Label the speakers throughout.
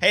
Speaker 1: Hey,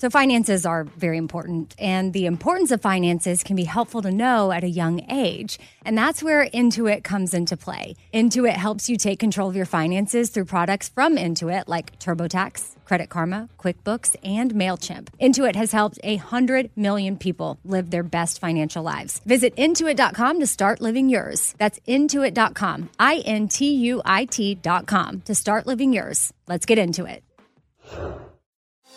Speaker 2: So, finances are very important, and the importance of finances can be helpful to know at a young age. And that's where Intuit comes into play. Intuit helps you take control of your finances through products from Intuit, like TurboTax, Credit Karma, QuickBooks, and MailChimp. Intuit has helped 100 million people live their best financial lives. Visit intuit.com to start living yours. That's intuit.com, I N T U I T.com, to start living yours. Let's get into it.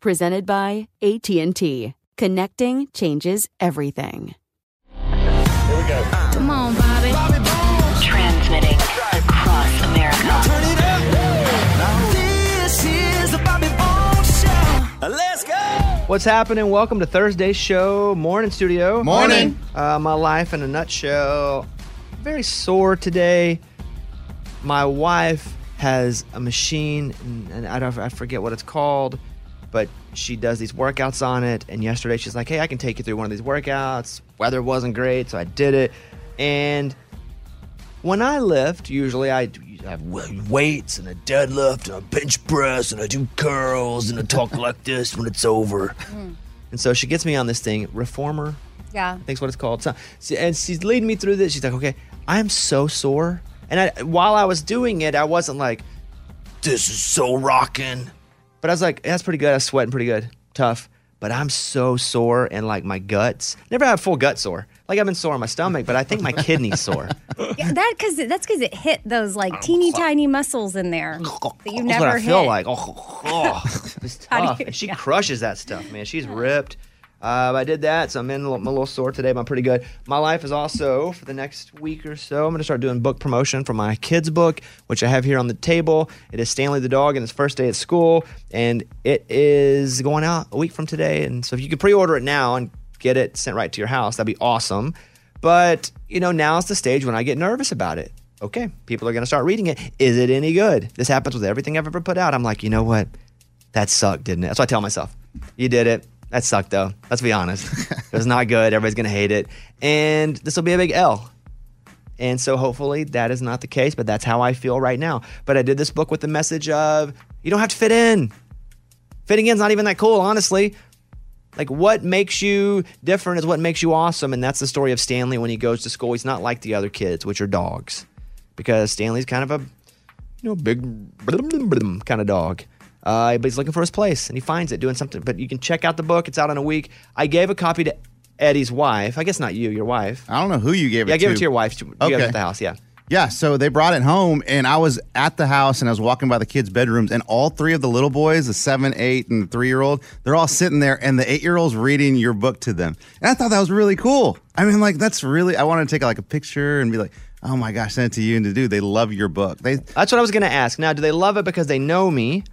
Speaker 3: Presented by AT&T. Connecting changes everything.
Speaker 4: Come on, Bobby. Transmitting across America. Turn it up. This is the Bobby Bones Show. Let's go.
Speaker 5: What's happening? Welcome to Thursday's show, morning studio.
Speaker 6: Morning.
Speaker 5: Uh, my life in a nutshell. Very sore today. My wife has a machine, and, and I don't, I forget what it's called, but she does these workouts on it. And yesterday she's like, "Hey, I can take you through one of these workouts." Weather wasn't great, so I did it. And when I lift, usually I, I have w- weights and a deadlift and a bench press and I do curls and I talk like this when it's over. And so she gets me on this thing, reformer.
Speaker 2: Yeah.
Speaker 5: I think's what it's called. So, she- and she's leading me through this. She's like, "Okay, I am so sore." And I, while I was doing it, I wasn't like, "This is so rocking," but I was like, "That's pretty good. I was sweating pretty good, tough." But I'm so sore and like my guts. Never had full gut sore. Like I've been sore in my stomach, but I think my kidney's sore.
Speaker 2: Yeah, that because that's because it hit those like teeny tiny muscles in there that you
Speaker 5: That's
Speaker 2: never
Speaker 5: what I
Speaker 2: hit.
Speaker 5: feel like. Oh, oh, it's
Speaker 2: How do
Speaker 5: tough.
Speaker 2: you-
Speaker 5: And she crushes that stuff, man. She's ripped. Uh, I did that, so I'm in a little, I'm a little sore today, but I'm pretty good. My life is also for the next week or so. I'm going to start doing book promotion for my kids' book, which I have here on the table. It is Stanley the Dog and his first day at school, and it is going out a week from today. And so if you could pre-order it now and get it sent right to your house, that'd be awesome. But you know, now's the stage when I get nervous about it. Okay, people are going to start reading it. Is it any good? This happens with everything I've ever put out. I'm like, you know what? That sucked, didn't it? That's what I tell myself. You did it. That sucked, though. Let's be honest. it was not good. Everybody's going to hate it. And this will be a big L. And so hopefully that is not the case, but that's how I feel right now. But I did this book with the message of you don't have to fit in. Fitting in's not even that cool, honestly. Like what makes you different is what makes you awesome, and that's the story of Stanley when he goes to school. He's not like the other kids, which are dogs, because Stanley's kind of a you know big blum, blum, blum kind of dog. Uh, but he's looking for his place, and he finds it doing something. But you can check out the book; it's out in a week. I gave a copy to Eddie's wife. I guess not you, your wife.
Speaker 6: I don't know who you gave it
Speaker 5: yeah, I
Speaker 6: Uh, to.
Speaker 5: gave it to your wife. You okay.
Speaker 6: Okay.
Speaker 5: at the house, yeah.
Speaker 6: Yeah, so they brought it home, and I was at the house and I was walking by the kids' bedrooms, and all three of the little boys the seven, eight, and three year old they're all sitting there, and the eight year old's reading your book to them. And I thought that was really cool. I mean, like, that's really, I wanted to take like a picture and be like, oh my gosh, send it to you and to do. They love your book. They,
Speaker 5: That's what I was going to ask. Now, do they love it because they know me,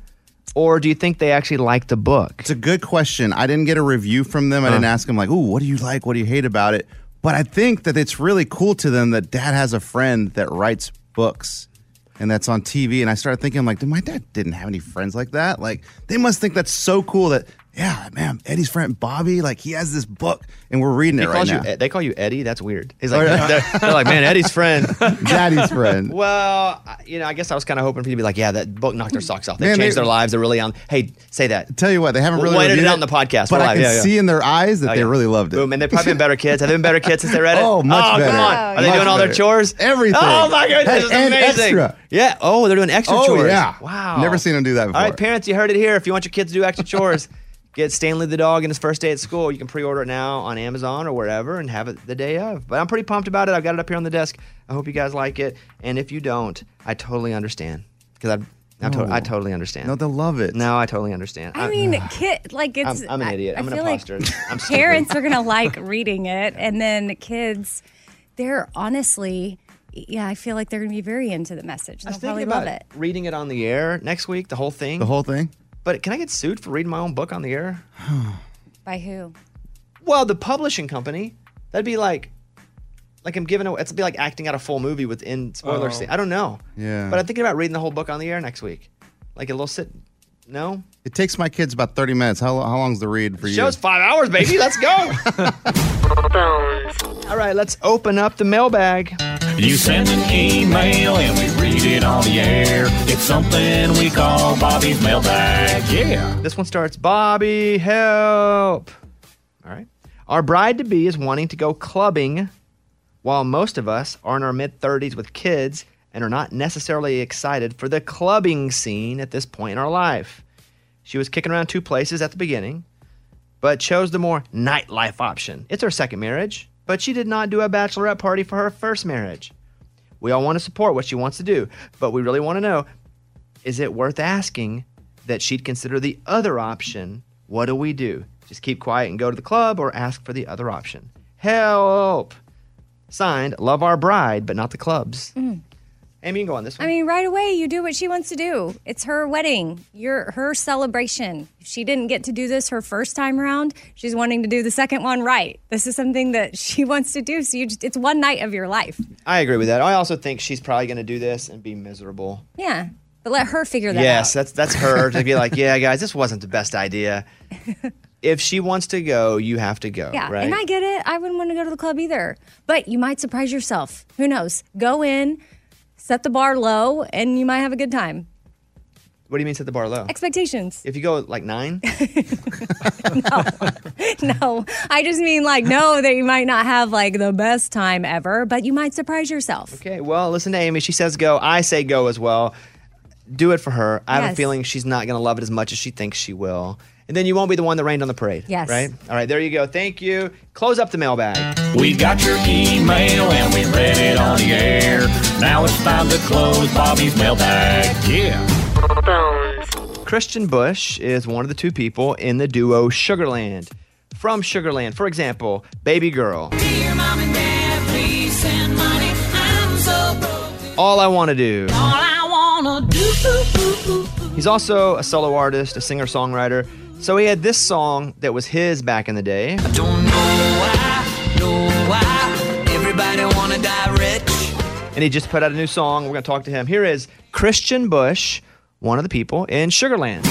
Speaker 5: or do you think they actually like the book?
Speaker 6: It's a good question. I didn't get a review from them. I didn't ask them like, "Ooh, what do you like? What do you hate about it?" But I think that it's really cool to them that dad has a friend that writes books and that's on TV. And I started thinking like, "Dude, my dad didn't have any friends like that. Like, they must think that's so cool that yeah, man, Eddie's friend Bobby, like he has this book, and we're reading
Speaker 5: They,
Speaker 6: it right
Speaker 5: calls
Speaker 6: now.
Speaker 5: you, E-, they call you Eddie. That's weird. He's like,
Speaker 6: yeah.
Speaker 5: they're, they're like, man, Eddie's friend.
Speaker 6: Daddy's friend.
Speaker 5: well, I- you know, I guess I was kind of hoping for you to be like, yeah, that book knocked their socks off. They
Speaker 6: Man,
Speaker 5: changed
Speaker 6: they-
Speaker 5: their lives. They're really on. Hey, say that.
Speaker 6: Tell you what, they haven't
Speaker 5: We'll
Speaker 6: really
Speaker 5: edit it
Speaker 6: reviewed
Speaker 5: out on the podcast.
Speaker 6: but
Speaker 5: We're
Speaker 6: I
Speaker 5: live.
Speaker 6: can
Speaker 5: Yeah, yeah.
Speaker 6: see in their eyes that
Speaker 5: Oh,
Speaker 6: they
Speaker 5: yeah.
Speaker 6: really loved it.
Speaker 5: Boom, and they've probably been better kids. Have they been better kids since they read it?
Speaker 6: Oh, much
Speaker 5: come
Speaker 6: better.
Speaker 5: on. Are they
Speaker 6: Much
Speaker 5: doing all their
Speaker 6: better.
Speaker 5: chores?
Speaker 6: Everything.
Speaker 5: Oh my god,
Speaker 6: Hey,
Speaker 5: this is
Speaker 6: and
Speaker 5: amazing.
Speaker 6: extra.
Speaker 5: Yeah. Oh, they're doing extra
Speaker 6: Oh,
Speaker 5: chores.
Speaker 6: yeah.
Speaker 5: Wow.
Speaker 6: Never seen them do that
Speaker 5: All right,
Speaker 6: before.
Speaker 5: parents, you heard it here. If you want your kids to do extra chores, get Stanley the dog in his first day at school. You can pre-order it now on Amazon or wherever and have it the day of. But I'm pretty pumped about it. I've got it up here on the desk. I hope you guys like it. And if you don't, I totally understand because I, I, to-
Speaker 6: No.
Speaker 5: I totally understand.
Speaker 6: no, they'll love it.
Speaker 5: No, I totally understand.
Speaker 2: I mean, kid, like
Speaker 5: I'm,
Speaker 2: it's.
Speaker 5: I'm an
Speaker 2: I-
Speaker 5: idiot.
Speaker 2: I
Speaker 5: I'm an
Speaker 2: feel like
Speaker 5: imposter. I'm stupid.
Speaker 2: parents are gonna like reading it, and then kids, they're honestly, yeah, I feel like they're gonna be very into the message.
Speaker 5: I
Speaker 2: They'll
Speaker 5: was thinking
Speaker 2: probably
Speaker 5: about
Speaker 2: love it.
Speaker 5: reading it on the air next week, the whole thing.
Speaker 6: the whole thing.
Speaker 5: but can I get sued for reading my own book on the air?
Speaker 2: By who?
Speaker 5: Well, the publishing company. That'd be like, like I'm giving away. It's be like acting out a full movie within spoiler. scene. I don't know.
Speaker 6: Yeah.
Speaker 5: But I'm thinking about reading the whole book on the air next week, like a little sit. No.
Speaker 6: It takes my kids about 30 minutes. How, how long's the read for you?
Speaker 5: Show's five hours, baby. Let's go. All right, let's open up the mailbag.
Speaker 7: You send an email and we read it on the air. It's something we call Bobby's mailbag. Yeah.
Speaker 5: This one starts Bobby, help. All right. Our bride to be is wanting to go clubbing while most of us are in our mid 30s with kids and are not necessarily excited for the clubbing scene at this point in our life. She was kicking around two places at the beginning, but chose the more nightlife option. It's her second marriage, but she did not do a bachelorette party for her first marriage. We all want to support what she wants to do, but we really want to know is it worth asking that she'd consider the other option? What do we do? Just keep quiet and go to the club or ask for the other option? Help! Signed, love our bride, but not the clubs. Amy, you can go on this one.
Speaker 2: Mm. I mean, right away, you do what she wants to do. It's her wedding, your her celebration. If she didn't get to do this her first time around, she's wanting to do the second one right. This is something that she wants to do. So you just, it's one night of your life.
Speaker 5: I agree with that. I also think she's probably going to do this and be miserable.
Speaker 2: Yeah. But let her figure that
Speaker 5: yes,
Speaker 2: out.
Speaker 5: that's that's her to be like, yeah, guys, this wasn't the best idea. if she wants to go, you have to go.
Speaker 2: Yeah.
Speaker 5: right?
Speaker 2: And I get it. I wouldn't want to go to the club either. But you might surprise yourself. Who knows? Go in, set the bar low, and you might have a good time.
Speaker 5: what do you mean set the bar low?
Speaker 2: Expectations.
Speaker 5: If you go at, like nine,
Speaker 2: No, I just mean like, no, that you might not have like the best time ever, but you might surprise yourself.
Speaker 5: okay. Well, listen to Amy. She says go. I say go as well. Do it for her. I have a
Speaker 2: Yes.
Speaker 5: feeling she's not going to love it as much as she thinks she will. And then you won't be the one that rained on the parade.
Speaker 2: Yes.
Speaker 5: Right. All right. There you go. Thank you. Close up the mailbag.
Speaker 7: We got your email and we read it on the air. Now it's time to close Bobby's mailbag. Yeah.
Speaker 5: Christian Bush is one of the two people in the duo Sugarland. From Sugarland, for example, Baby Girl.
Speaker 4: Dear mom and dad, please send money. I'm so broke.
Speaker 5: All I Want to Do.
Speaker 4: All I wanna do.
Speaker 5: He's also a solo artist, a singer songwriter. So he had this song that was his back in the day.
Speaker 4: Don't know why, know why. Everybody wanna die rich.
Speaker 5: and he just put out a new song. We're going to talk to him. Here is Christian Bush, one of the people in Sugarland.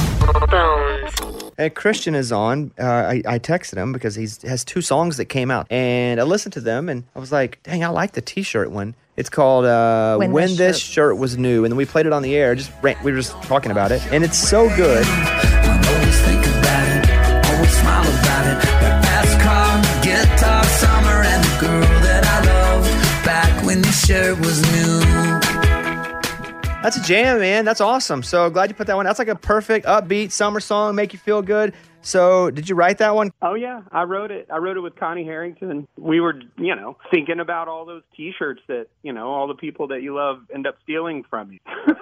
Speaker 5: And Christian is on. Uh, I, I texted him because he's has two songs that came out, and I listened to them, and I was like, "Dang, I like the T-shirt one." It's called uh, "When,
Speaker 2: When
Speaker 5: This,
Speaker 2: This
Speaker 5: shirt. Was New," and then we played it on the air. Just ran, we were just talking about it, and it's so good.
Speaker 4: Always think about it, always smile about it. That fast car, guitar, summer, and the girl that I loved back when the shirt was new.
Speaker 5: That's a jam, man. That's awesome. So glad you put that one. That's like a perfect upbeat summer song, make you feel good. So did you write that one?
Speaker 8: Oh yeah, I wrote it. I wrote it with Connie Harrington. We were, you know, thinking about all those T-shirts that you know all the people that you love end up stealing from you.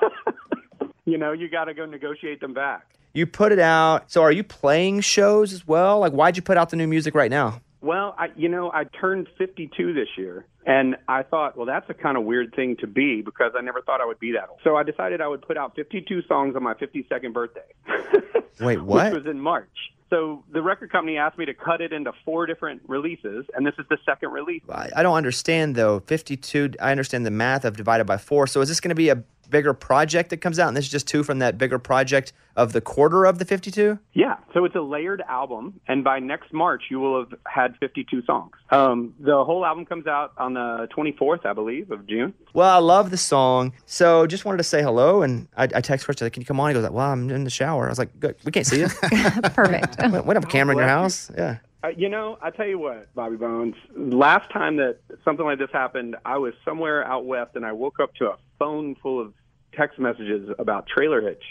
Speaker 8: you know, you got to go negotiate them back.
Speaker 5: You put it out. So are you playing shows as well? Like why'd you put out the new music right now?
Speaker 8: Well, I, you know, I turned 52 this year, and I thought, well, that's a kind of weird thing to be because I never thought I would be that old. So I decided I would put out 52 songs on my 52nd birthday.
Speaker 5: Wait, what?
Speaker 8: Which was in March. So the record company asked me to cut it into four different releases, and this is the second release.
Speaker 5: I I don't understand though. 52, I understand the math of divided by 4. So is this going to be a bigger project that comes out, and this is just two from that bigger project of the quarter of the 52?
Speaker 8: Yeah, so it's a layered album, and by next March you will have had 52 songs. Um, the whole album comes out on the 24th, I believe, of June.
Speaker 5: Well, I love the song. So just wanted to say hello. And I, I text Rich, I said, Can you come on? He goes, like, Well, I'm in the shower. I was like, Good. We can't see you.
Speaker 2: Perfect.
Speaker 5: we don't
Speaker 8: Oh,
Speaker 5: have a camera in your house. Yeah.
Speaker 8: Uh, you know, I tell you what, Bobby Bones. Last time that something like this happened, I was somewhere out west, and I woke up to a phone full of text messages about Trailer Hitch,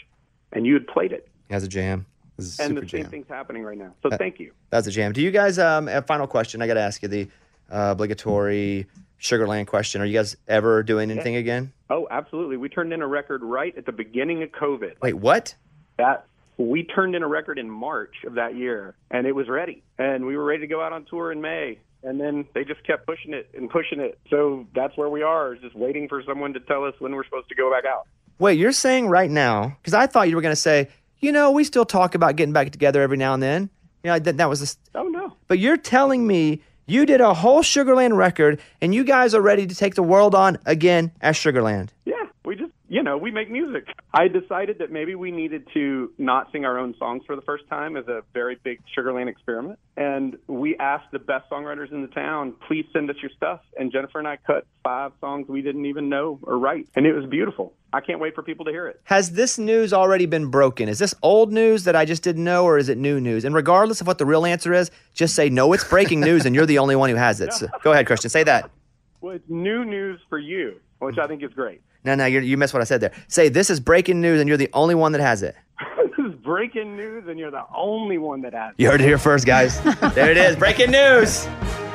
Speaker 8: and you had played it.
Speaker 5: That's a jam. This is
Speaker 8: And
Speaker 5: super
Speaker 8: the same
Speaker 5: jam.
Speaker 8: thing's happening right now. So
Speaker 5: Uh,
Speaker 8: thank you.
Speaker 5: That's a jam. Do you guys, um, a final question, I got to ask you the uh, obligatory Sugarland question. Are you guys ever doing anything again?
Speaker 8: Oh, absolutely. We turned in a record right at the beginning of COVID.
Speaker 5: Wait, what?
Speaker 8: That we turned in a record in March of that year, and it was ready, and we were ready to go out on tour in May. And then they just kept pushing it and pushing it. So that's where we are, is just waiting for someone to tell us when we're supposed to go back out.
Speaker 5: Wait, you're saying right now, because I thought you were going to say, you know, we still talk about getting back together every now and then. You know, that, that was this.
Speaker 8: Oh no.
Speaker 5: But you're telling me you did a whole Sugarland record and you guys are ready to take the world on again as Sugarland.
Speaker 8: Yeah, we just, you know, we make music. I decided that maybe we needed to not sing our own songs for the first time as a very big Sugarland experiment. And we asked the best songwriters in the town, please send us your stuff. And Jennifer and I cut five songs we didn't even know or write. And it was beautiful. I can't wait for people to hear it.
Speaker 5: Has this news already been broken? Is this old news that I just didn't know, or is it new news? And regardless of what the real answer is, just say no. It's breaking news, and you're the only one who has it. So go ahead, Christian. Say that.
Speaker 8: Well, it's new news for you, which I think is great.
Speaker 5: No, no, you're, you missed what I said there. Say this is breaking news, and you're the only one that has it.
Speaker 8: this is breaking news, and you're the only one that has it.
Speaker 5: You heard it here first, guys. there it is, breaking news.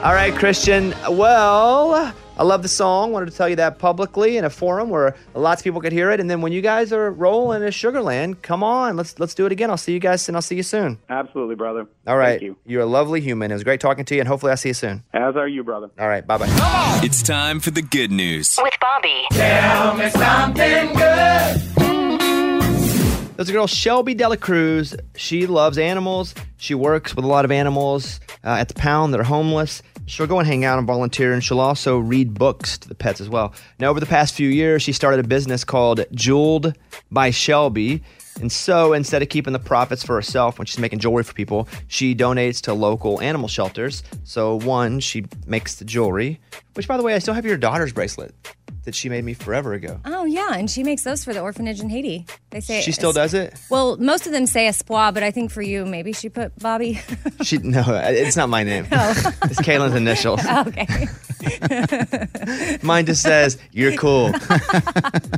Speaker 5: All right, Christian. Well, I love the song. Wanted to tell you that publicly in a forum where lots of people could hear it. And then when you guys are rolling in Sugarland, come on, let's let's do it again. I'll see you guys, and I'll see you soon.
Speaker 8: Absolutely, brother.
Speaker 5: All right.
Speaker 8: Thank you.
Speaker 5: You're a lovely human. It was great talking to you, and hopefully I'll see you soon.
Speaker 8: As are you, brother.
Speaker 5: All right. Bye bye.
Speaker 9: It's time for the good news.
Speaker 10: With Bobby.
Speaker 5: There's a girl, Shelby Dela Cruz. She loves animals. She works with a lot of animals uh, at the pound that are homeless. She'll go and hang out and volunteer, and she'll also read books to the pets as well. Now, over the past few years, she started a business called Jeweled by Shelby. And so instead of keeping the profits for herself when she's making jewelry for people, she donates to local animal shelters. So, one, she makes the jewelry, which, by the way, I still have your daughter's bracelet that she made me forever ago.
Speaker 2: Oh yeah, and she makes those for the orphanage in Haiti. They say
Speaker 5: She still does it?
Speaker 2: Well, most of them say espoir, but I think for you, maybe she put Bobby.
Speaker 5: She no, uh, it's not my name. It's Kaylin's initials.
Speaker 2: okay.
Speaker 5: Mine just says, You're cool.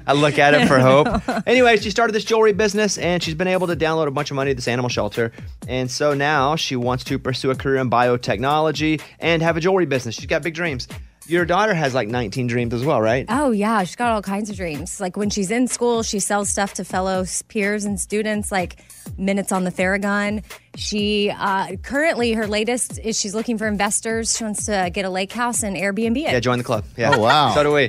Speaker 5: I look at it for hope. Anyway, she started this jewelry business and she's been able to download a bunch of money to this animal shelter. And so now she wants to pursue a career in biotechnology and have a jewelry business. She's got big dreams. Your daughter has like 19 dreams as well, right?
Speaker 2: Oh yeah, she's got all kinds of dreams. Like when she's in school, she sells stuff to fellow s- peers and students, like minutes on the Theragun. She uh, currently her latest is she's looking for investors. She wants to get a lake house and Airbnb it.
Speaker 5: Yeah, join the club. Yeah.
Speaker 6: Oh, wow.
Speaker 5: So do we.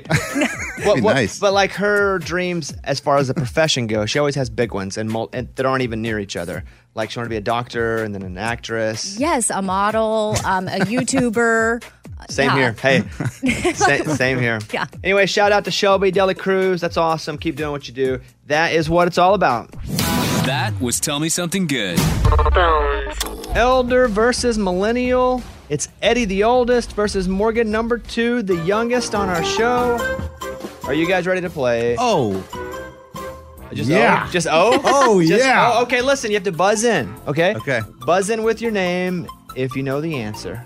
Speaker 5: What- what-
Speaker 6: nice.
Speaker 5: But like her dreams, as far as the profession goes, she always has big ones and, mul- and that aren't even near each other. Like she wanted to be a doctor and then an actress.
Speaker 2: Yes, a model, um, a YouTuber. Uh,
Speaker 5: Same
Speaker 2: Yeah.
Speaker 5: here. Hey, sa- same here.
Speaker 2: Yeah.
Speaker 5: Anyway, shout out to Shelby Dela Cruz. That's awesome. Keep doing what you do. That is what it's all about.
Speaker 9: That was Tell Me Something Good.
Speaker 5: Elder versus millennial. It's Eddie the oldest versus Morgan number two, the youngest on our show. Are you guys ready to play?
Speaker 6: Oh,
Speaker 5: Just
Speaker 6: yeah.
Speaker 5: O? Just O?
Speaker 6: Oh,
Speaker 5: Just
Speaker 6: yeah.
Speaker 5: O? Okay, listen, you have to buzz in. Okay?
Speaker 6: Okay.
Speaker 5: Buzz in with your name if you know the answer.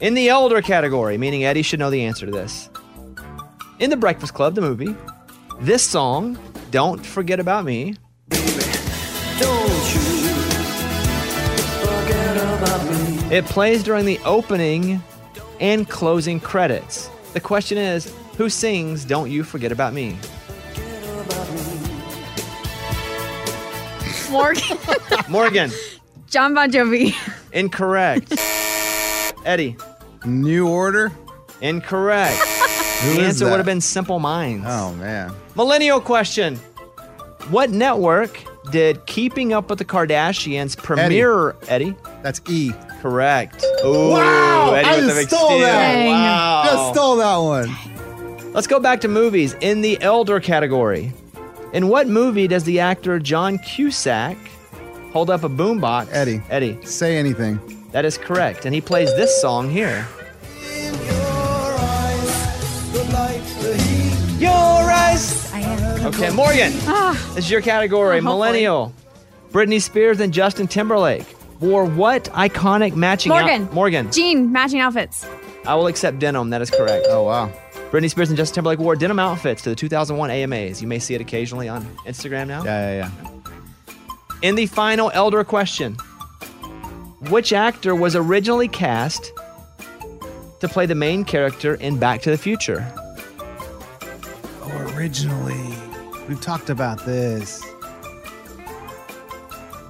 Speaker 5: In the elder category, meaning Eddie should know the answer to this. In The Breakfast Club, the movie, this song, Don't Forget About Me, it plays during the opening and closing credits. The question is who sings Don't You Forget About Me?
Speaker 10: Morgan.
Speaker 5: Morgan,
Speaker 10: John Bon Jovi.
Speaker 5: incorrect. Eddie,
Speaker 6: New Order.
Speaker 5: incorrect.
Speaker 6: Who
Speaker 5: The
Speaker 6: is
Speaker 5: answer
Speaker 6: that?
Speaker 5: would have been Simple Minds.
Speaker 6: Oh man.
Speaker 5: Millennial question. What network did Keeping Up with the Kardashians premiere, Eddie?
Speaker 6: That's E.
Speaker 5: Correct. Ooh,
Speaker 6: Wow,
Speaker 5: Eddie
Speaker 6: I
Speaker 5: with the
Speaker 6: just
Speaker 5: big
Speaker 6: stole
Speaker 5: steal.
Speaker 6: that. Dang.
Speaker 5: Wow.
Speaker 6: Just stole that one.
Speaker 5: Let's go back to movies in the elder category. In what movie does the actor John Cusack hold up a boombox? Eddie. Eddie.
Speaker 6: Say anything.
Speaker 5: That is correct. And he plays this song here. Your eyes.
Speaker 2: I am.
Speaker 5: Okay, Morgan. This is your category,
Speaker 2: Oh, hopefully.
Speaker 5: millennial. Britney Spears and Justin Timberlake wore what iconic matching out-
Speaker 10: Morgan.
Speaker 5: Morgan.
Speaker 10: Jean, matching outfits.
Speaker 2: Oh.
Speaker 5: I will accept denim. That is correct. Oh wow. Britney Spears and Justin Timberlake wore denim outfits to the 2001 AMAs. You may see it occasionally on Instagram now. Yeah, yeah, yeah. In the final elder question, which actor was originally cast to play the main character in Back to the Future?
Speaker 6: Originally, we've talked about this.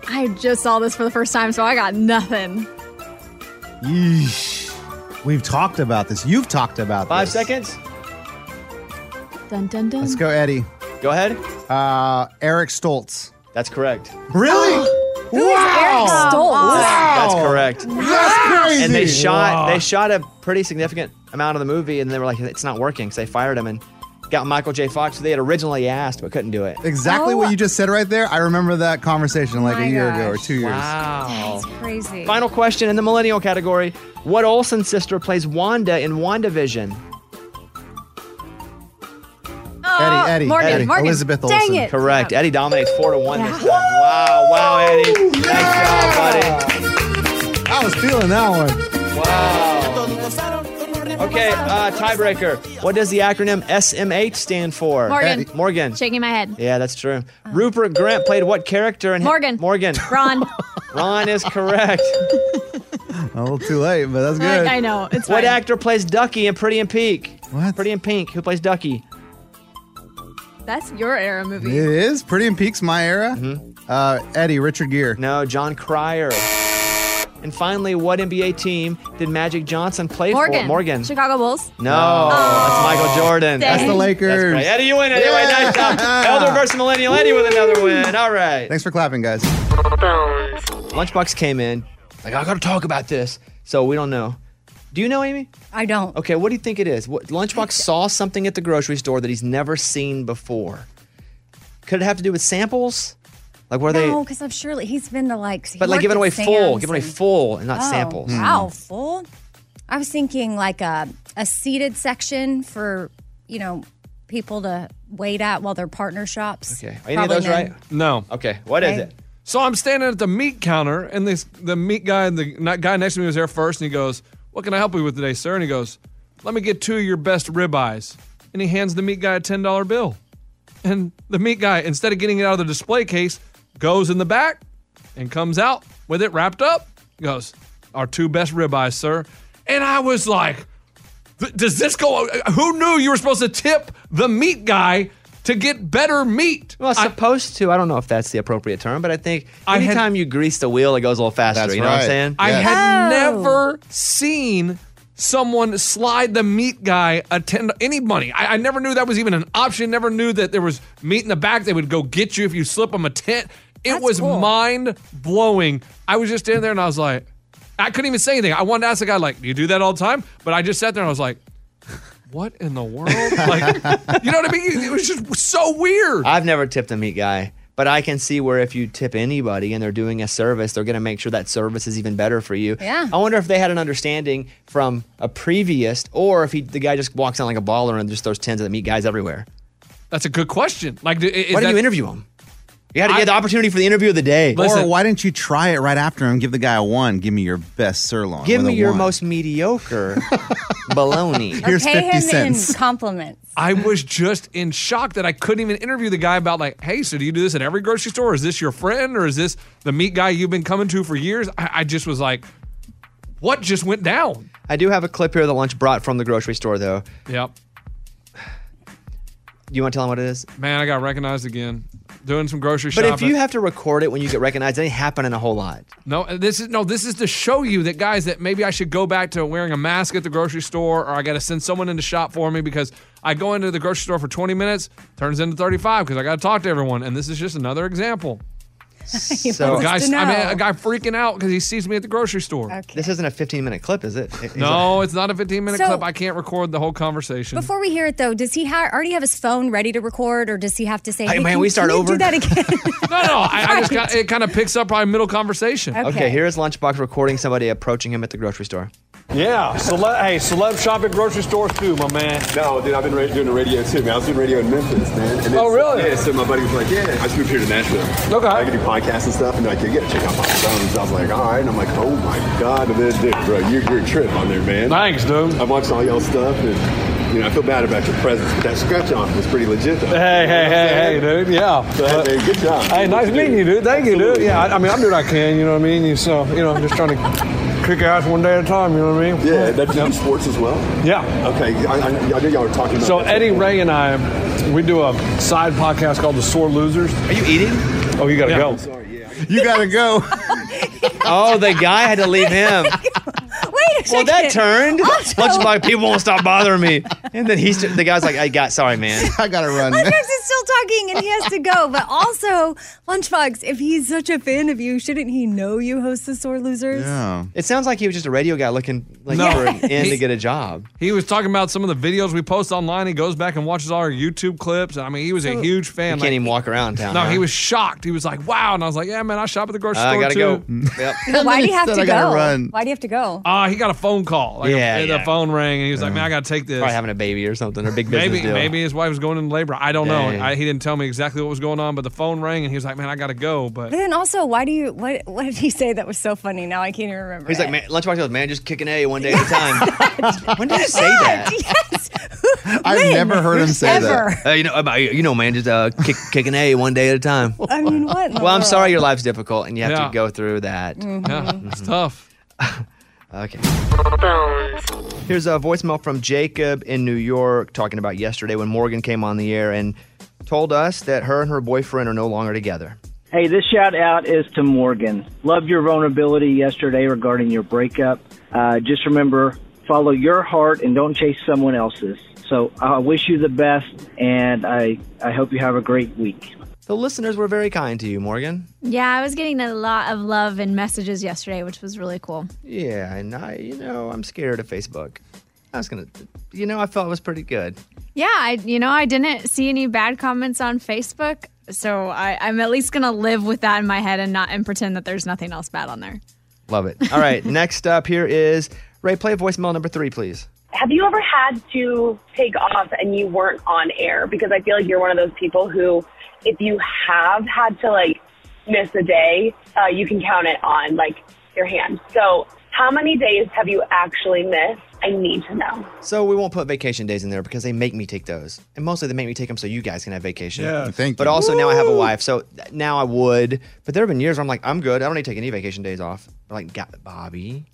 Speaker 10: I just saw this for the first time, so I got nothing.
Speaker 6: Yeesh. We've talked about this. You've talked about
Speaker 5: Five
Speaker 6: this.
Speaker 5: seconds.
Speaker 10: Dun dun dun.
Speaker 6: Let's go, Eddie.
Speaker 5: Go ahead.
Speaker 6: Uh, Eric Stoltz.
Speaker 5: That's correct.
Speaker 6: Really?
Speaker 2: Who is Eric
Speaker 5: Oh.
Speaker 2: Stoltz?
Speaker 5: That's
Speaker 6: Oh.
Speaker 5: correct.
Speaker 6: That's crazy.
Speaker 5: And they shot they shot a pretty significant amount of the movie, and they were like, "It's not working," so they fired him and got Michael J. Fox, who they had originally asked but couldn't do it.
Speaker 6: Exactly
Speaker 2: Oh.
Speaker 6: what you just said right there. I remember that conversation like
Speaker 2: my
Speaker 6: a year
Speaker 2: gosh.
Speaker 6: ago or two years.
Speaker 5: Wow.
Speaker 2: Crazy.
Speaker 5: Final question in the millennial category: What Olsen sister plays Wanda in WandaVision?
Speaker 10: Oh,
Speaker 6: Eddie, Eddie,
Speaker 10: Morgan,
Speaker 6: Eddie.
Speaker 10: Morgan.
Speaker 6: Elizabeth
Speaker 10: Dang
Speaker 6: Olsen.
Speaker 10: it.
Speaker 5: Correct. Eddie dominates four to one
Speaker 10: Yeah.
Speaker 5: this time. Wow, wow, Eddie. Nice job,
Speaker 6: I was feeling that one.
Speaker 5: buddy. Wow. Okay, uh, tiebreaker. What does the acronym SMH stand for?
Speaker 10: Morgan.
Speaker 5: Eddie. Morgan.
Speaker 10: Shaking my head.
Speaker 5: Yeah, that's true. Rupert Grant played what character in
Speaker 10: Morgan.
Speaker 5: Morgan.
Speaker 10: Ron.
Speaker 5: Ron is correct.
Speaker 6: A little too late, but that's good.
Speaker 10: I, I know. It's
Speaker 5: what
Speaker 10: fine.
Speaker 5: actor plays Ducky in Pretty in Pink?
Speaker 6: What?
Speaker 5: Pretty in Pink. Who plays Ducky?
Speaker 10: That's your era movie.
Speaker 6: It is Pretty in Peaks, my era.
Speaker 5: Mm-hmm.
Speaker 6: Uh, Eddie, Richard Gere.
Speaker 5: No, John Cryer. And finally, what NBA team did Magic Johnson play
Speaker 10: Morgan.
Speaker 5: for? Morgan.
Speaker 10: Chicago Bulls.
Speaker 5: No, that's Michael Jordan.
Speaker 10: Dang.
Speaker 6: That's the
Speaker 5: That's
Speaker 6: Lakers.
Speaker 5: great. Eddie, you win anyway. Nice job. Elder versus Millennial. Eddie with another win. All right.
Speaker 6: Thanks for clapping, guys.
Speaker 5: Lunchbox came in. Like, I got to talk about this. So we don't know. Do you know, Amy?
Speaker 2: I don't.
Speaker 5: Okay, what do you think it is? What, Lunchbox saw something at the grocery store that he's never seen before. Could it have to do with samples? Like were
Speaker 2: No,
Speaker 5: they?
Speaker 2: because Oh, I'm surely he's been to like. he
Speaker 5: But like
Speaker 2: worked
Speaker 5: giving
Speaker 2: at
Speaker 5: away full,
Speaker 2: Sam's
Speaker 5: giving away
Speaker 2: and-
Speaker 5: full, and not
Speaker 2: Oh,
Speaker 5: samples.
Speaker 2: Wow,
Speaker 11: Hmm.
Speaker 2: full. I was thinking like a a seated section for you know people to wait at while their partner shops.
Speaker 5: Okay, are any of
Speaker 2: Probably
Speaker 5: those
Speaker 2: none.
Speaker 5: right?
Speaker 11: No.
Speaker 5: Okay, what is
Speaker 2: Okay.
Speaker 5: it?
Speaker 11: So I'm standing at the meat counter, and this the meat guy, the not- guy next to me was there first, and he goes, "What can I help you with today, sir?" And he goes, "Let me get two of your best ribeyes." And he hands the meat guy a ten dollar bill, and the meat guy, instead of getting it out of the display case, goes in the back and comes out with it wrapped up. He goes, "Our two best ribeyes, sir." And I was like, th- "Does this go? Who knew you were supposed to tip the meat guy?" To get better meat.
Speaker 5: Well,
Speaker 11: I-
Speaker 5: supposed to. I don't know if that's the appropriate term, but I think
Speaker 11: I had-
Speaker 5: anytime you grease the wheel, it goes a little faster.
Speaker 6: That's
Speaker 5: you know what
Speaker 6: right.
Speaker 5: I'm saying?
Speaker 11: I
Speaker 6: Yes.
Speaker 11: had
Speaker 2: Oh.
Speaker 11: never seen someone slide the meat guy a ten any money. I, I never knew that was even an option. Never knew that there was meat in the back. They would go get you if you slip them a ten. It
Speaker 2: That's
Speaker 11: was
Speaker 2: cool.
Speaker 11: mind blowing. I was just in there and I was like, I couldn't even say anything. I wanted to ask the guy like, "Do you do that all the time?" But I just sat there and I was like. What in the world? Like, you know what I mean? It was just so weird.
Speaker 5: I've never tipped a meat guy, but I can see where if you tip anybody and they're doing a service, they're going to make sure that service is even better for you.
Speaker 2: Yeah.
Speaker 5: I wonder if they had an understanding from a previous, or if he, the guy just walks out like a baller and just throws tens at the meat guys everywhere.
Speaker 11: That's a good question. Like, do- is
Speaker 5: Why did
Speaker 11: that-
Speaker 5: you interview him? You had to
Speaker 11: I-
Speaker 5: get the opportunity for the interview of the day.
Speaker 6: Or
Speaker 11: Listen.
Speaker 6: why didn't you try it right after him? Give the guy a one. Give me your best sirloin.
Speaker 5: Give
Speaker 6: with
Speaker 5: me
Speaker 6: a
Speaker 5: your
Speaker 6: one.
Speaker 5: most mediocre baloney.
Speaker 2: Or
Speaker 6: Here's
Speaker 2: pay
Speaker 6: 50
Speaker 2: him
Speaker 6: cents.
Speaker 2: in compliments.
Speaker 11: I was just in shock that I couldn't even interview the guy about like, hey, so do you do this at every grocery store? Is this your friend or is this the meat guy you've been coming to for years? I, I just was like, what just went down?
Speaker 5: I do have a clip here that Lunch brought from the grocery store, though.
Speaker 11: Yep.
Speaker 5: Do you want to tell him what it is?
Speaker 11: Man, I got recognized again. Doing some grocery
Speaker 5: But
Speaker 11: shopping.
Speaker 5: if you have to record it when you get recognized, it ain't happening a whole lot.
Speaker 11: No, this is no. This is to show you that guys that maybe I should go back to wearing a mask at the grocery store, or I got to send someone in to shop for me because I go into the grocery store for 20 minutes, turns into 35 because I got to talk to everyone, and this is just another example.
Speaker 5: So
Speaker 11: a guy's- I mean, a guy freaking out because he sees me at the grocery store.
Speaker 5: This isn't a 15 minute clip, is it? Is
Speaker 11: No,
Speaker 5: it-
Speaker 11: it's not a 15 minute
Speaker 2: So-
Speaker 11: clip. I can't record the whole conversation.
Speaker 2: Before we hear it though, does he ha- already have his phone ready to record, or does he have to say, "Hey,
Speaker 11: Hey, man,
Speaker 2: can-
Speaker 11: we start
Speaker 2: can you
Speaker 11: over?"
Speaker 2: Do that again.
Speaker 11: no, no, I, I just got, it kind of picks up probably middle conversation.
Speaker 5: okay. here is Lunchbox recording somebody approaching him at the grocery store.
Speaker 12: Yeah, celeb, hey, celeb shop at grocery stores too, my man. No, dude, I've been ra- doing the radio too, man. I was doing radio in Memphis, man. And
Speaker 11: Oh,
Speaker 12: it's-
Speaker 11: really?
Speaker 12: Yeah, so my buddy was like, yeah, I just moved here to Nashville. Okay. I can do podcasts and stuff, and they're like, you gotta check out my phones. I was like, all right. And I'm like, oh my God. And then, dude, bro, you're, you're a trip on there, man. Thanks, dude. I've watched all y'all stuff, and, you know, I feel bad about your presence, but that scratch off was pretty legit, though.
Speaker 13: Hey, hey, hey, hey, dude. Yeah.
Speaker 12: So, hey, man, good job.
Speaker 13: Hey, nice meeting you, dude. Thank you, dude. Yeah, I, I mean, I'm doing what I can, you know what I mean? You- So, you know, I'm just trying to kick ass one day at a time, you know what I mean?
Speaker 12: Yeah, that, you do sports as well?
Speaker 13: Yeah.
Speaker 12: Okay, I, I, I knew y'all were talking about
Speaker 13: So
Speaker 12: that.
Speaker 13: Eddie Ray and I, we do a side podcast called The Sore Losers. Are you eating? Oh, you gotta
Speaker 5: Yeah.
Speaker 13: go.
Speaker 5: I'm
Speaker 13: You gotta go.
Speaker 5: Oh, the guy had to leave him.
Speaker 2: Wait a
Speaker 5: Well, that
Speaker 11: Oh,
Speaker 5: turned.
Speaker 2: Also-
Speaker 5: Lunchbox people won't stop bothering me. And then he's the guy's like, I got sorry, man.
Speaker 6: I gotta run.
Speaker 2: Lunchbox is still talking, and he has to go. But also, Lunchbox, if he's such a fan of you, shouldn't he know you host the Sore Losers?
Speaker 5: It sounds like he was just a radio guy looking like
Speaker 11: No.
Speaker 5: for an in
Speaker 11: He-
Speaker 5: to get a job.
Speaker 11: He was talking about some of the videos we post online. He goes back and watches all our YouTube clips. I mean, he was a huge
Speaker 5: You
Speaker 11: fan.
Speaker 5: can't
Speaker 11: Like,
Speaker 5: even walk around town.
Speaker 11: no,
Speaker 5: huh? Uh,
Speaker 11: he was shocked. He was like, "Wow!" And I was like, "Yeah, man, I shop at the grocery
Speaker 5: I
Speaker 11: store
Speaker 5: gotta
Speaker 11: too."
Speaker 5: go. Yep.
Speaker 2: Why do you have
Speaker 11: Said
Speaker 2: to
Speaker 11: I gotta
Speaker 2: go?
Speaker 11: run.
Speaker 2: Why do you have to go?
Speaker 5: Uh,
Speaker 11: Ah, he got a phone call. Like
Speaker 5: Yeah,
Speaker 11: a,
Speaker 5: yeah.
Speaker 11: the phone rang, and he was like, "Man, I gotta take this."
Speaker 5: Probably having a baby or something or big business
Speaker 11: Maybe
Speaker 5: deal.
Speaker 11: maybe his wife was going into labor. I don't know.
Speaker 5: Dang.
Speaker 11: I, he didn't tell me exactly what was going on, but the phone rang, and he was like, "Man, I gotta go."
Speaker 2: But
Speaker 11: But
Speaker 2: then also, why do you? What What did he say that was so funny? Now I can't even remember.
Speaker 5: He's
Speaker 2: it.
Speaker 5: like, man, lunchbox goes, man, just kicking a one day at a time. when did you say
Speaker 2: Yeah,
Speaker 5: that?
Speaker 2: Yes.
Speaker 5: I've
Speaker 2: never heard him say that. Ever.
Speaker 5: you know, about- you know, man, just uh, kick, kicking a one day at a time.
Speaker 2: I mean, what? in the
Speaker 5: Well, I'm
Speaker 2: world?
Speaker 5: sorry your life's difficult and you have
Speaker 11: Yeah.
Speaker 5: to go through that. Mm-hmm.
Speaker 2: Mhm.
Speaker 11: Yeah, it's tough.
Speaker 5: okay. Here's a voicemail from Jacob in New York talking about yesterday when Morgan came on the air and told us that her and her boyfriend are no longer together.
Speaker 14: Hey, this shout out is to Morgan. Love your vulnerability yesterday regarding your breakup. Uh, just remember, follow your heart and don't chase someone else's. So I wish you the best, and I, I hope you have a great week.
Speaker 5: The listeners were very kind to you, Morgan.
Speaker 10: Yeah, I was getting a lot of love and messages yesterday, which was really cool.
Speaker 5: Yeah, and I, you know, I'm scared of Facebook. I was gonna, you know, I felt it was pretty good.
Speaker 10: Yeah, I you know I didn't see any bad comments on Facebook, so I, I'm at least gonna live with that in my head and not and pretend that there's nothing else bad on there.
Speaker 5: Love it. All right, next up here is Ray. Play voicemail number three, please.
Speaker 15: Have you ever had to take off and you weren't on air? Because I feel like you're one of those people who, if you have had to like miss a day, uh, you can count it on like your hand. So, how many days have you actually missed? I need to know.
Speaker 5: So we won't put vacation days in there because they make me take those, and mostly they make me take them so you guys can have vacation.
Speaker 6: Yeah, thank
Speaker 5: But
Speaker 6: you.
Speaker 5: also now I have a
Speaker 6: Woo!
Speaker 5: wife, so th- now I would. But there have been years where I'm like, I'm good. I don't need to take any vacation days off. But like, God, Bobby,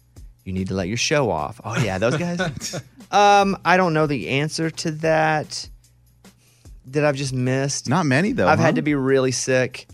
Speaker 5: you need to let your show off. Oh yeah, those guys. um, I don't know the answer to that. That I've just missed.
Speaker 6: Not many though.
Speaker 5: I've
Speaker 6: huh?
Speaker 5: had to be really sick,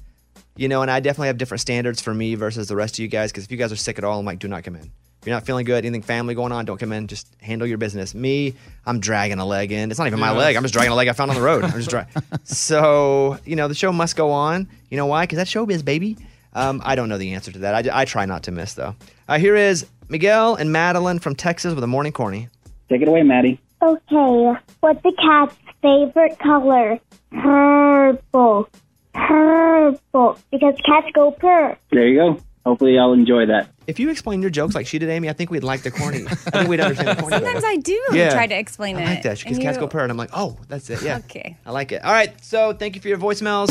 Speaker 5: you know, and I definitely have different standards for me versus the rest of you guys. Because if you guys are sick at all, I'm like, do not come in. If you're not feeling good, anything family going on, don't come in. Just handle your business. Me, I'm dragging a leg in. It's not even my
Speaker 6: Yeah.
Speaker 5: leg. I'm just dragging a leg I found on the road. I'm just dragging. so, you know, the show must go on. You know why? Because that show is baby. Um, I don't know the answer to that. I, I try not to miss, though. Uh, here is Miguel and Madeline from Texas with a morning corny.
Speaker 14: Take it away, Maddie.
Speaker 16: Okay, what's a cat's favorite color? Purple. Purple. Because cats go purr.
Speaker 14: There you go. Hopefully, y'all enjoy that.
Speaker 5: If you explain your jokes like she did, Amy, I think we'd like the corny. I think we'd understand the corny. better.
Speaker 2: Sometimes I do
Speaker 5: Yeah.
Speaker 2: try to explain it.
Speaker 5: I like that. She
Speaker 2: and
Speaker 5: gets cats
Speaker 2: you-
Speaker 5: go purr, and I'm like, oh, that's it. Yeah.
Speaker 2: Okay.
Speaker 5: I like it. All right. So thank you for your voicemails.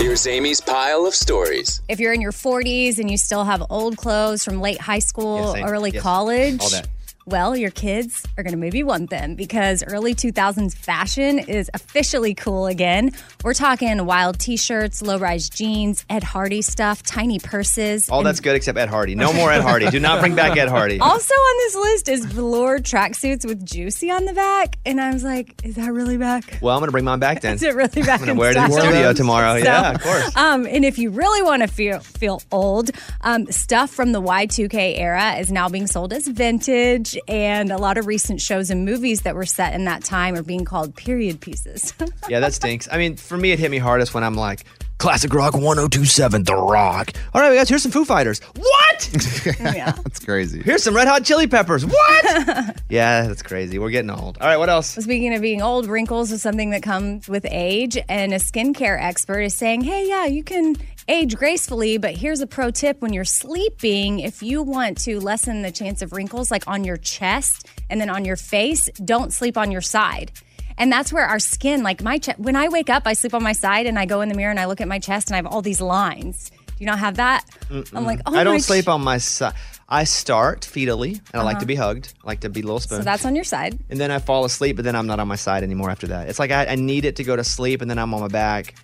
Speaker 9: Here's Amy's pile of stories.
Speaker 2: If you're in your 40s and you still have old clothes from late high
Speaker 9: Yeah,
Speaker 2: school,
Speaker 9: same.
Speaker 2: early
Speaker 9: Yes.
Speaker 2: college,
Speaker 9: All that.
Speaker 2: well, your kids are going to maybe want them because early 2000s fashion is officially cool again. We're talking wild t shirts, low rise jeans, Ed Hardy stuff, tiny purses.
Speaker 5: All
Speaker 2: and
Speaker 5: that's good except Ed Hardy. No more Ed Hardy. Do not bring back Ed Hardy.
Speaker 2: Also on this list is velour tracksuits with Juicy on the back. And I was like, is that really back?
Speaker 5: Well, I'm gonna bring mine back then.
Speaker 2: Is it really back
Speaker 5: I'm gonna
Speaker 2: in
Speaker 5: wear it in the
Speaker 2: style?
Speaker 5: studio tomorrow.
Speaker 2: So-
Speaker 5: yeah, of course.
Speaker 2: Um, and if you really want to feel feel old, um, stuff from the Y2K era is now being sold as vintage, and a lot of recent shows and movies that were set in that time are being called period pieces.
Speaker 5: Yeah, that stinks. I mean, for me, it hit me hardest when I'm like, Classic Rock 1027, The Rock. All right, guys, here's some Foo Fighters. What?
Speaker 2: yeah.
Speaker 5: That's crazy. Here's some Red Hot Chili Peppers. What? yeah, that's crazy. We're getting old. All right, what else?
Speaker 2: Speaking of being old, wrinkles is something that comes with age, and a skincare expert is saying, hey, yeah, you can age gracefully, but here's a pro tip when you're sleeping, if you want to lessen the chance of wrinkles, like on your chest and then on your face, don't sleep on your side. And that's where our skin, like my chest, when I wake up, I sleep on my side and I go in the mirror and I look at my chest and I have all these lines. Do you not have that? I'm like, oh
Speaker 5: I don't
Speaker 2: my
Speaker 5: sleep on my side. I start fetally, and I like
Speaker 2: Uh-huh.
Speaker 5: to be hugged. I like to be little spoon.
Speaker 2: So that's on your side.
Speaker 5: and then I fall asleep, but then I'm not on my side anymore after that. It's like I, I need it to go to sleep, and then I'm on my back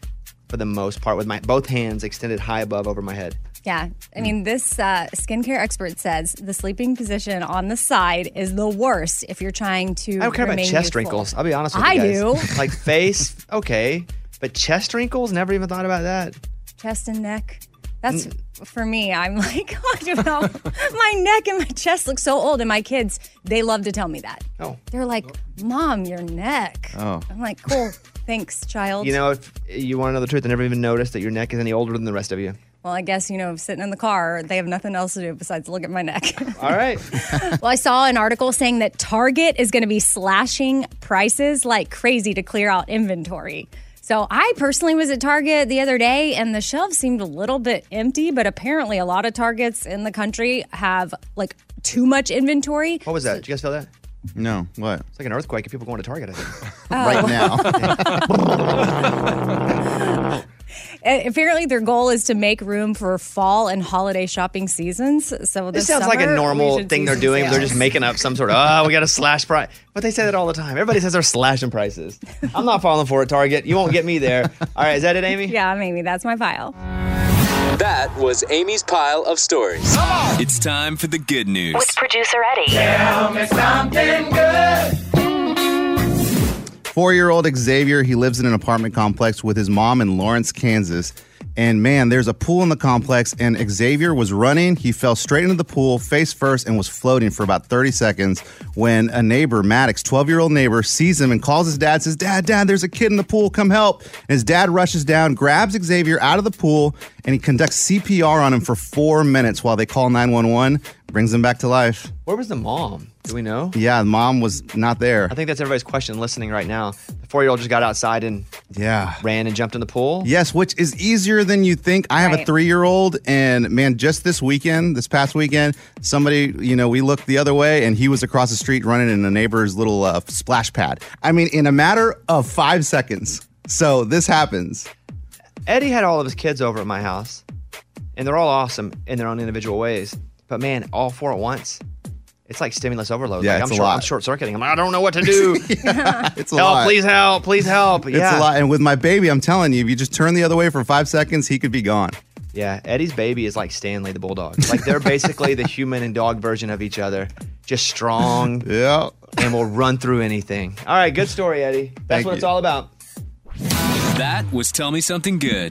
Speaker 5: for the most part with my both hands extended high above over my head.
Speaker 2: Yeah. I mean, this uh, skincare expert says the sleeping position on the side is the worst if you're trying to.
Speaker 5: I don't care about
Speaker 2: remain
Speaker 5: chest
Speaker 2: youthful.
Speaker 5: wrinkles. I'll be honest with
Speaker 2: I
Speaker 5: you guys.
Speaker 2: do.
Speaker 5: like face, okay, but chest wrinkles. Never even thought about that.
Speaker 2: Chest and neck. That's
Speaker 5: Mm.
Speaker 2: for me. I'm like, I don't know. my neck and my chest look so old. And my kids, they love to tell me that.
Speaker 5: Oh.
Speaker 2: They're like, Mom, your neck.
Speaker 5: Oh.
Speaker 2: I'm like, cool. Thanks, child.
Speaker 5: You know, if you want to know the truth, I never even noticed that your neck is any older than the rest of you.
Speaker 2: Well, I guess, you know, sitting in the car, they have nothing else to do besides look at my neck.
Speaker 5: All right.
Speaker 2: well, I saw an article saying that Target is going to be slashing prices like crazy to clear out inventory. So I personally was at Target the other day and the shelves seemed a little bit empty, but apparently a lot of Targets in the country have like too much inventory.
Speaker 5: What was that? Did you guys feel that?
Speaker 6: No, what?
Speaker 5: It's like an earthquake. and People going to Target. I think.
Speaker 2: Oh. Uh, Apparently, their goal is to make room for fall and holiday shopping seasons. So
Speaker 5: This
Speaker 2: this
Speaker 5: sounds like a
Speaker 2: summer, we
Speaker 5: normal
Speaker 2: should
Speaker 5: thing
Speaker 2: see
Speaker 5: they're
Speaker 2: some
Speaker 5: doing. but They're
Speaker 2: sales.
Speaker 5: just making up some sort of oh, we got to slash price. But they say that all the time. Everybody says they're slashing prices. I'm not falling for it, Target. You won't get me there. All right, is that it, Amy?
Speaker 2: Yeah, maybe that's my file.
Speaker 9: That was Amy's pile of stories.
Speaker 17: It's time for the good news.
Speaker 9: With
Speaker 17: producer Eddie.
Speaker 9: Tell me something good.
Speaker 6: Four year old Xavier, he lives in an apartment complex with his mom in Lawrence, Kansas. And man, there's a pool in the complex, and Xavier was running. He fell straight into the pool, face first, and was floating for about 30 seconds when a neighbor, Maddox, 12 year old neighbor, sees him and calls his dad, says, Dad, Dad, there's a kid in the pool, come help. And his dad rushes down, grabs Xavier out of the pool, and he conducts CPR on him for four minutes while they call 911, brings him back to life.
Speaker 5: Where was the mom? Do we know?
Speaker 6: Yeah, mom was not there.
Speaker 5: I think that's everybody's question listening right now. The four year old just got outside and
Speaker 6: yeah,
Speaker 5: ran and jumped in the pool.
Speaker 6: Yes, which is easier than you think. I have a
Speaker 5: Right.
Speaker 6: three year old, and man, just this weekend, this past weekend, somebody, you know, we looked the other way and he was across the street running in a neighbor's little uh, splash pad. I mean, in a matter of five seconds. So this happens.
Speaker 5: Eddie had all of his kids over at my house, and they're all awesome in their own individual ways. But man, all four at once, it's like stimulus overload.
Speaker 6: Yeah,
Speaker 5: like,
Speaker 6: it's
Speaker 5: I'm
Speaker 6: a
Speaker 5: short, I'm
Speaker 6: lot.
Speaker 5: short circuiting. I'm like, I don't know what to do.
Speaker 6: It's a
Speaker 5: help,
Speaker 6: lot.
Speaker 5: Oh, please help, please help.
Speaker 6: It's
Speaker 5: yeah.
Speaker 6: a lot. And with my baby, I'm telling you, if you just turn the other way for five seconds, he could be gone.
Speaker 5: Yeah, Eddie's baby is like Stanley the bulldog. Like they're basically the human and dog version of each other, just strong.
Speaker 6: yeah,
Speaker 5: and will run through anything. All right, good story, Eddie. That's
Speaker 17: Thank
Speaker 5: what it's
Speaker 17: you.
Speaker 5: all about.
Speaker 17: That was Tell Me Something Good.